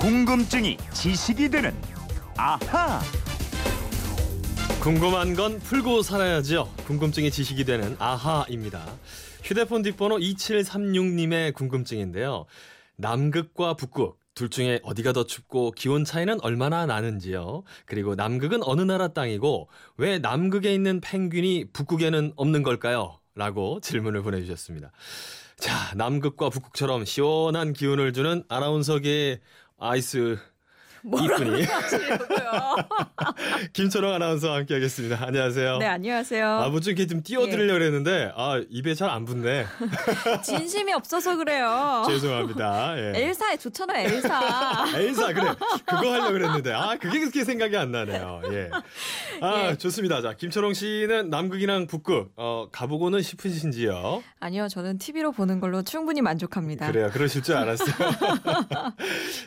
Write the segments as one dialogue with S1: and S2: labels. S1: 궁금증이 지식이 되는 아하.
S2: 궁금한 건 풀고 살아야죠. 궁금증이 지식이 되는 아하입니다. 휴대폰 뒷번호 2736님의 궁금증인데요. 남극과 북극 둘 중에 어디가 더 춥고 기온 차이는 얼마나 나는지요. 그리고 남극은 어느 나라 땅이고 왜 남극에 있는 펭귄이 북극에는 없는 걸까요? 라고 질문을 보내주셨습니다. 자, 남극과 북극처럼 시원한 기운을 주는 아나운서계의 아이스
S3: 뭐라고
S2: 이쁜이.
S3: 하시려고요?
S2: 김초롱 아나운서와 함께하겠습니다. 안녕하세요.
S3: 네, 안녕하세요.
S2: 아, 뭐 좀 이렇게 좀
S3: 예.
S2: 띄워드리려고 했는데, 아, 입에 잘 안 붙네.
S3: 진심이 없어서 그래요.
S2: 죄송합니다. 예.
S3: 엘사에 좋잖아요, 엘사.
S2: 엘사, 그래. 그거 하려고 그랬는데, 아, 그게 그렇게 생각이 안 나네요. 예. 아,
S3: 예.
S2: 좋습니다. 자, 김초롱 씨는 남극이랑 북극, 어, 가보고는 싶으신지요?
S3: 아니요, 저는 TV로 보는 걸로 충분히 만족합니다.
S2: 그래요. 그러실 줄 알았어요.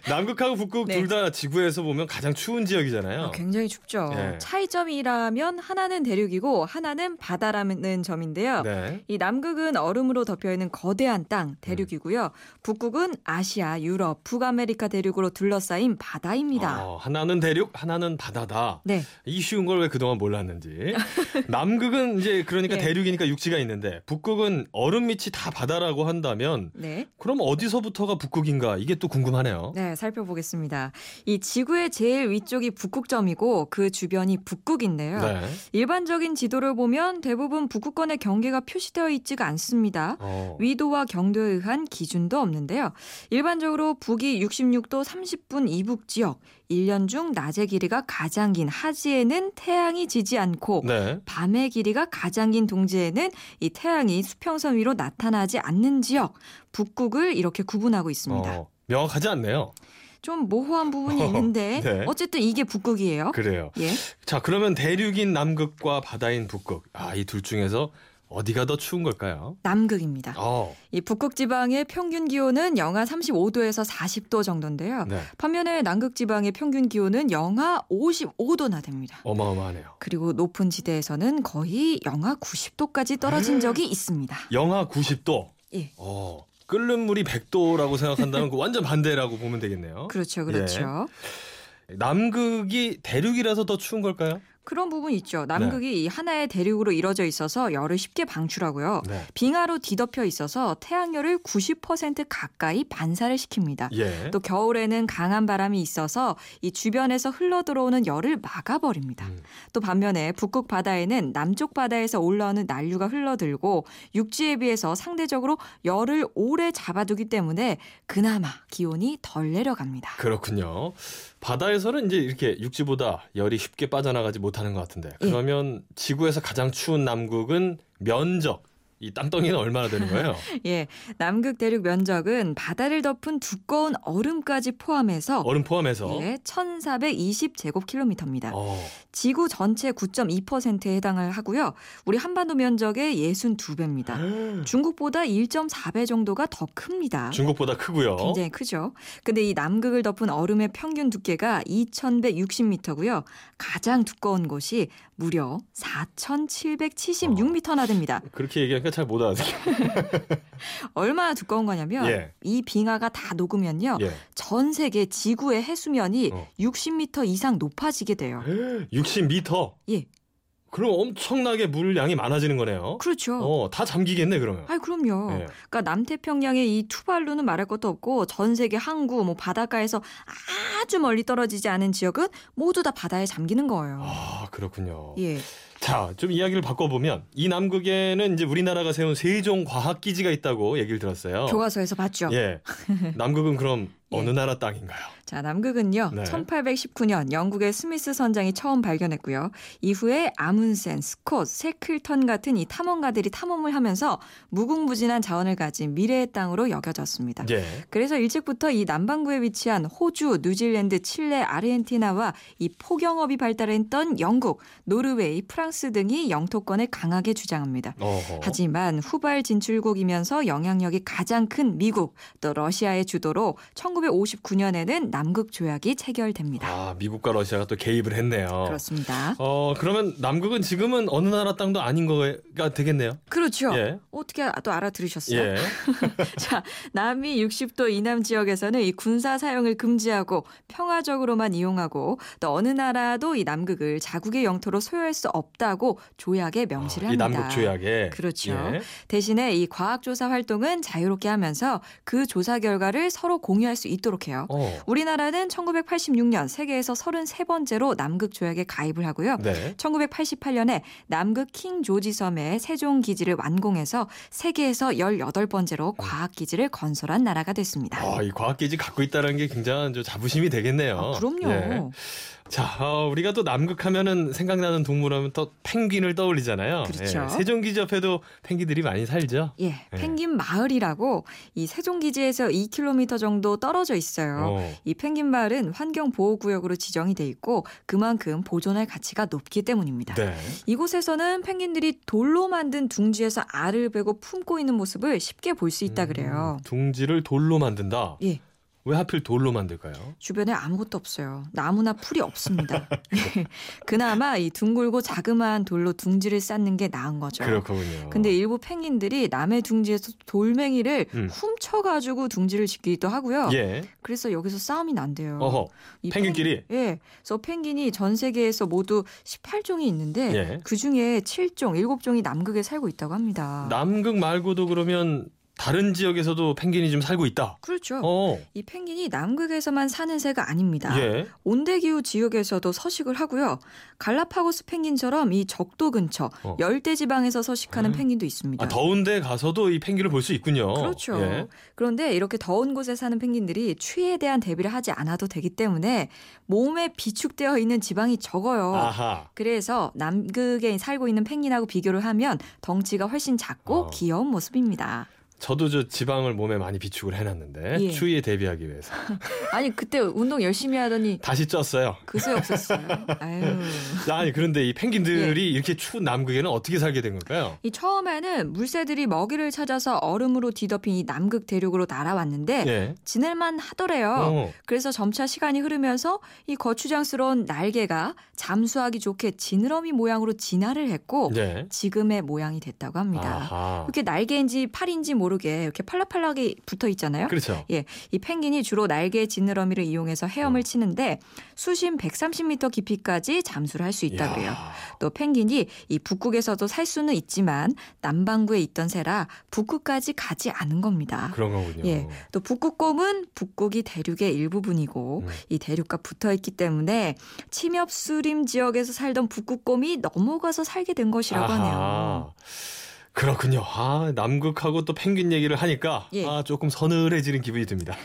S2: 남극하고 북극
S3: 네.
S2: 둘 다 지구에서 보면 가장 추운 지역이잖아요.
S3: 어, 굉장히 춥죠.
S2: 예.
S3: 차이점이라면 하나는 대륙이고 하나는 바다라는 점인데요.
S2: 네.
S3: 이 남극은 얼음으로 덮여 있는 거대한 땅
S2: 음.
S3: 대륙이고요. 북극은 아시아, 유럽, 북아메리카 대륙으로 둘러싸인 바다입니다.
S2: 어, 하나는 대륙, 하나는 바다다.
S3: 네,
S2: 이 쉬운 걸 왜 그동안 몰랐는지. 남극은 이제 그러니까
S3: 예.
S2: 대륙이니까 육지가 있는데 북극은 얼음 밑이 다 바다라고 한다면
S3: 네.
S2: 그럼 어디서부터가 북극인가 이게 또 궁금하네요.
S3: 네, 살펴보겠습니다. 이 지구의 제일 위쪽이 북극점이고 그 주변이 북극인데요.
S2: 네.
S3: 일반적인 지도를 보면 대부분 북극권의 경계가 표시되어 있지가 않습니다.
S2: 어.
S3: 위도와 경도에 의한 기준도 없는데요. 일반적으로 북위 66도 30분 이북 지역, 1년 중 낮의 길이가 가장 긴 하지에는 태양이 지지 않고
S2: 네.
S3: 밤의 길이가 가장 긴 동지에는 이 태양이 수평선 위로 나타나지 않는 지역, 북극을 이렇게 구분하고 있습니다.
S2: 어, 명확하지 않네요.
S3: 좀 모호한 부분이 있는데
S2: 네.
S3: 어쨌든 이게 북극이에요.
S2: 그래요.
S3: 예.
S2: 자, 그러면 대륙인 남극과 바다인 북극. 아, 이 둘 중에서 어디가 더 추운 걸까요?
S3: 남극입니다.
S2: 어.
S3: 이 북극 지방의 평균 기온은 영하 35도에서 40도 정도인데요.
S2: 네.
S3: 반면에 남극 지방의 평균 기온은 영하 55도나 됩니다.
S2: 어마어마하네요.
S3: 그리고 높은 지대에서는 거의 영하 90도까지
S2: 음.
S3: 떨어진 적이 있습니다.
S2: 영하 90도.
S3: 예.
S2: 어. 끓는 물이 100도라고 생각한다면 그 완전 반대라고 보면 되겠네요.
S3: 그렇죠, 그렇죠.
S2: 남극이 대륙이라서 더 추운 걸까요?
S3: 그런 부분 있죠. 남극이
S2: 네.
S3: 이 하나의 대륙으로 이루어져 있어서 열을 쉽게 방출하고요.
S2: 네.
S3: 빙하로 뒤덮여 있어서 태양열을 90% 가까이 반사를 시킵니다.
S2: 예.
S3: 또 겨울에는 강한 바람이 있어서 이 주변에서 흘러 들어오는 열을 막아버립니다.
S2: 음.
S3: 또 반면에 북극 바다에는 남쪽 바다에서 올라오는 난류가 흘러들고 육지에 비해서 상대적으로 열을 오래 잡아두기 때문에 그나마 기온이 덜 내려갑니다.
S2: 그렇군요. 바다에서는 이제 이렇게 육지보다 열이 쉽게 빠져나가지 못하는 것 같은데
S3: 예.
S2: 그러면 지구에서 가장 추운 남극은 면적 이 땅덩이는 얼마나 되는 거예요?
S3: 예, 남극 대륙 면적은 바다를 덮은 두꺼운 얼음까지 포함해서
S2: 얼음 포함해서.
S3: 예, 1420제곱킬로미터입니다.
S2: 어,
S3: 지구 전체 9.2%에 해당을 하고요. 우리 한반도 면적의 62배입니다. 중국보다 1.4배 정도가 더 큽니다.
S2: 아. 중국보다 크고요.
S3: 굉장히 크죠. 근데 이 남극을 덮은 얼음의 평균 두께가 2,160m고요. 가장 두꺼운 곳이 무려
S2: 어.
S3: 4,776m나 됩니다.
S2: 그렇게 얘기하니까 잘 못 알아듣게.
S3: 얼마나 두꺼운 거냐면
S2: 예.
S3: 이 빙하가 다 녹으면요.
S2: 예.
S3: 전 세계 지구의 해수면이
S2: 어.
S3: 60m 이상 높아지게 돼요.
S2: 60m.
S3: 예.
S2: 그럼 엄청나게 물량이 많아지는 거네요.
S3: 그렇죠.
S2: 어, 다 잠기겠네 그러면.
S3: 아이 그럼요.
S2: 예.
S3: 그러니까 남태평양의 이 투발루는 말할 것도 없고 전 세계 항구 뭐 바닷가에서 아주 멀리 떨어지지 않은 지역은 모두 다 바다에 잠기는 거예요.
S2: 아 그렇군요.
S3: 예.
S2: 자, 좀 이야기를 바꿔보면 이 남극에는 이제 우리나라가 세운 세종 과학 기지가 있다고 얘기를 들었어요.
S3: 교과서에서 봤죠.
S2: 예. 남극은 그럼
S3: 예.
S2: 어느 나라 땅인가요?
S3: 자, 남극은요.
S2: 네.
S3: 1819년 영국의 스미스 선장이 처음 발견했고요. 이후에 아문센, 스콧, 세클턴 같은 이 탐험가들이 탐험을 하면서 무궁무진한 자원을 가진 미래의 땅으로 여겨졌습니다.
S2: 예.
S3: 그래서 일찍부터 이 남반구에 위치한 호주, 뉴질랜드, 칠레, 아르헨티나와 이 포경업이 발달했던 영국, 노르웨이, 프랑스 프랑스 등이 영토권을 강하게 주장합니다.
S2: 어허.
S3: 하지만 후발 진출국이면서 영향력이 가장 큰 미국 또 러시아의 주도로 1959년에는 남극 조약이 체결됩니다.
S2: 아, 미국과 러시아가 또 개입을 했네요.
S3: 그렇습니다.
S2: 어, 그러면 남극은 지금은 어느 나라 땅도 아닌 거가 되겠네요.
S3: 그렇죠.
S2: 예.
S3: 어떻게 또 알아들으셨어요?
S2: 예.
S3: 자, 남미 60도 이남 지역에서는 이 군사 사용을 금지하고 평화적으로만 이용하고 또 어느 나라도 이 남극을 자국의 영토로 소유할 수 없다고 조약에 명시를
S2: 아, 이
S3: 합니다.
S2: 남극 조약에
S3: 그렇죠.
S2: 예.
S3: 대신에 이 과학조사 활동은 자유롭게 하면서 그 조사 결과를 서로 공유할 수 있도록 해요.
S2: 어.
S3: 우리나라는 1986년 세계에서 33번째로 남극 조약에 가입을 하고요.
S2: 네.
S3: 1988년에 남극 킹 조지 섬에 세종 기지를 완공해서 세계에서 18번째로 과학 기지를 건설한 나라가 됐습니다.
S2: 아, 이 과학 기지 갖고 있다는 게 굉장한 저 자부심이 되겠네요.
S3: 아, 그럼요.
S2: 예. 자, 어, 우리가 또 남극 하면은 생각나는 동물하면 또 펭귄을 떠올리잖아요. 예,
S3: 그렇죠.
S2: 세종기지 옆에도 펭귄들이 많이 살죠.
S3: 예, 펭귄 마을이라고 이 세종 기지에서 2km 정도 떨어져 있어요.
S2: 어.
S3: 이 펭귄 마을은 환경 보호 구역으로 지정이 돼 있고 그만큼 보존할 가치가 높기 때문입니다.
S2: 네.
S3: 이곳에서는 펭귄들이 돌로 만든 둥지에서 알을 베고 품고 있는 모습을 쉽게 볼 수 있다 그래요.
S2: 음, 둥지를 돌로 만든다.
S3: 예.
S2: 왜 하필 돌로 만들까요?
S3: 주변에 아무것도 없어요. 나무나 풀이 없습니다. 예. 그나마 이 둥글고 자그마한 돌로 둥지를 쌓는 게 나은 거죠.
S2: 그렇군요.
S3: 근데 일부 펭귄들이 남의 둥지에서 돌멩이를
S2: 음.
S3: 훔쳐가지고 둥지를 짓기도 하고요.
S2: 예.
S3: 그래서 여기서 싸움이 난대요.
S2: 어허.
S3: 이
S2: 펭귄끼리?
S3: 펭- 예. 그래서 펭귄이 전 세계에서 모두 18종이 있는데
S2: 예.
S3: 그 중에 7종, 7종이 남극에 살고 있다고 합니다.
S2: 남극 말고도 그러면 다른 지역에서도 펭귄이 좀 살고 있다.
S3: 그렇죠.
S2: 어.
S3: 이 펭귄이 남극에서만 사는 새가 아닙니다.
S2: 예.
S3: 온대기후 지역에서도 서식을 하고요. 갈라파고스 펭귄처럼 이 적도 근처
S2: 어.
S3: 열대 지방에서 서식하는
S2: 음.
S3: 펭귄도 있습니다.
S2: 아, 더운데 가서도 이 펭귄을 볼 수 있군요.
S3: 그렇죠.
S2: 예.
S3: 그런데 이렇게 더운 곳에 사는 펭귄들이 추위에 대한 대비를 하지 않아도 되기 때문에 몸에 비축되어 있는 지방이 적어요.
S2: 아하.
S3: 그래서 남극에 살고 있는 펭귄하고 비교를 하면 덩치가 훨씬 작고
S2: 어.
S3: 귀여운 모습입니다.
S2: 저도 저 지방을 몸에 많이 비축을 해놨는데
S3: 예.
S2: 추위에 대비하기 위해서
S3: 아니 그때 운동 열심히 하더니
S2: 다시 쪘어요.
S3: 그새 없었어요. 아유.
S2: 아니 그런데 이
S3: 예.
S2: 펭귄들이 이렇게 추운 남극에는 어떻게 살게 된 걸까요?
S3: 이 처음에는 물새들이 먹이를 찾아서 얼음으로 뒤덮인 이 남극 대륙으로 날아왔는데
S2: 예.
S3: 지낼만 하더래요.
S2: 어.
S3: 그래서 점차 시간이 흐르면서 이 거추장스러운 날개가 잠수하기 좋게 지느러미 모양으로 진화를 했고
S2: 예.
S3: 지금의 모양이 됐다고 합니다.
S2: 아하.
S3: 이렇게 날개인지 팔인지 모르게 이렇게 팔락팔락이 붙어 있잖아요.
S2: 그렇죠.
S3: 이 펭귄이 주로 날개 지느러미를 이용해서
S2: 어.
S3: 헤엄을 치는데 수심 130m 깊이까지 잠수를 할 수 있다 그래요.
S2: 이야.
S3: 또 펭귄이 이 북극에서도 살 수는 있지만 남반구에 있던 새라 북극까지 가지 않은 겁니다.
S2: 그런 거군요.
S3: 예. 또 북극곰은 북극이 대륙의 일부분이고
S2: 음.
S3: 이 대륙과 붙어 있기 때문에 침엽 수림 지역에서 살던 북극곰이 넘어가서 살게 된 것이라고 하네요.
S2: 아하. 그렇군요. 아, 남극하고 또 펭귄 얘기를 하니까
S3: 예.
S2: 아, 조금 서늘해지는 기분이 듭니다.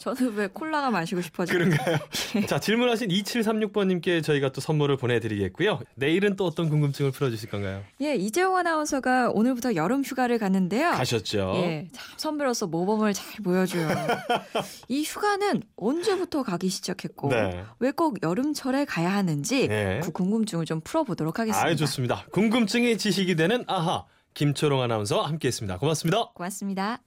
S3: 저는 왜 콜라가 마시고 싶어져요?
S2: 그런가요?
S3: 예.
S2: 자, 질문하신 2736번님께 저희가 또 선물을 보내드리겠고요. 내일은 또 어떤 궁금증을 풀어주실 건가요?
S3: 예, 이재용 아나운서가 오늘부터 여름 휴가를 갔는데요.
S2: 가셨죠?
S3: 예, 참 선배로서 모범을 잘 보여줘요. 이 휴가는 언제부터 가기 시작했고
S2: 네.
S3: 왜 꼭 여름철에 가야 하는지
S2: 네.
S3: 그 궁금증을 좀 풀어보도록 하겠습니다.
S2: 아, 좋습니다. 궁금증이 지식이 되는 아하 김초롱 아나운서 함께했습니다. 고맙습니다.
S3: 고맙습니다.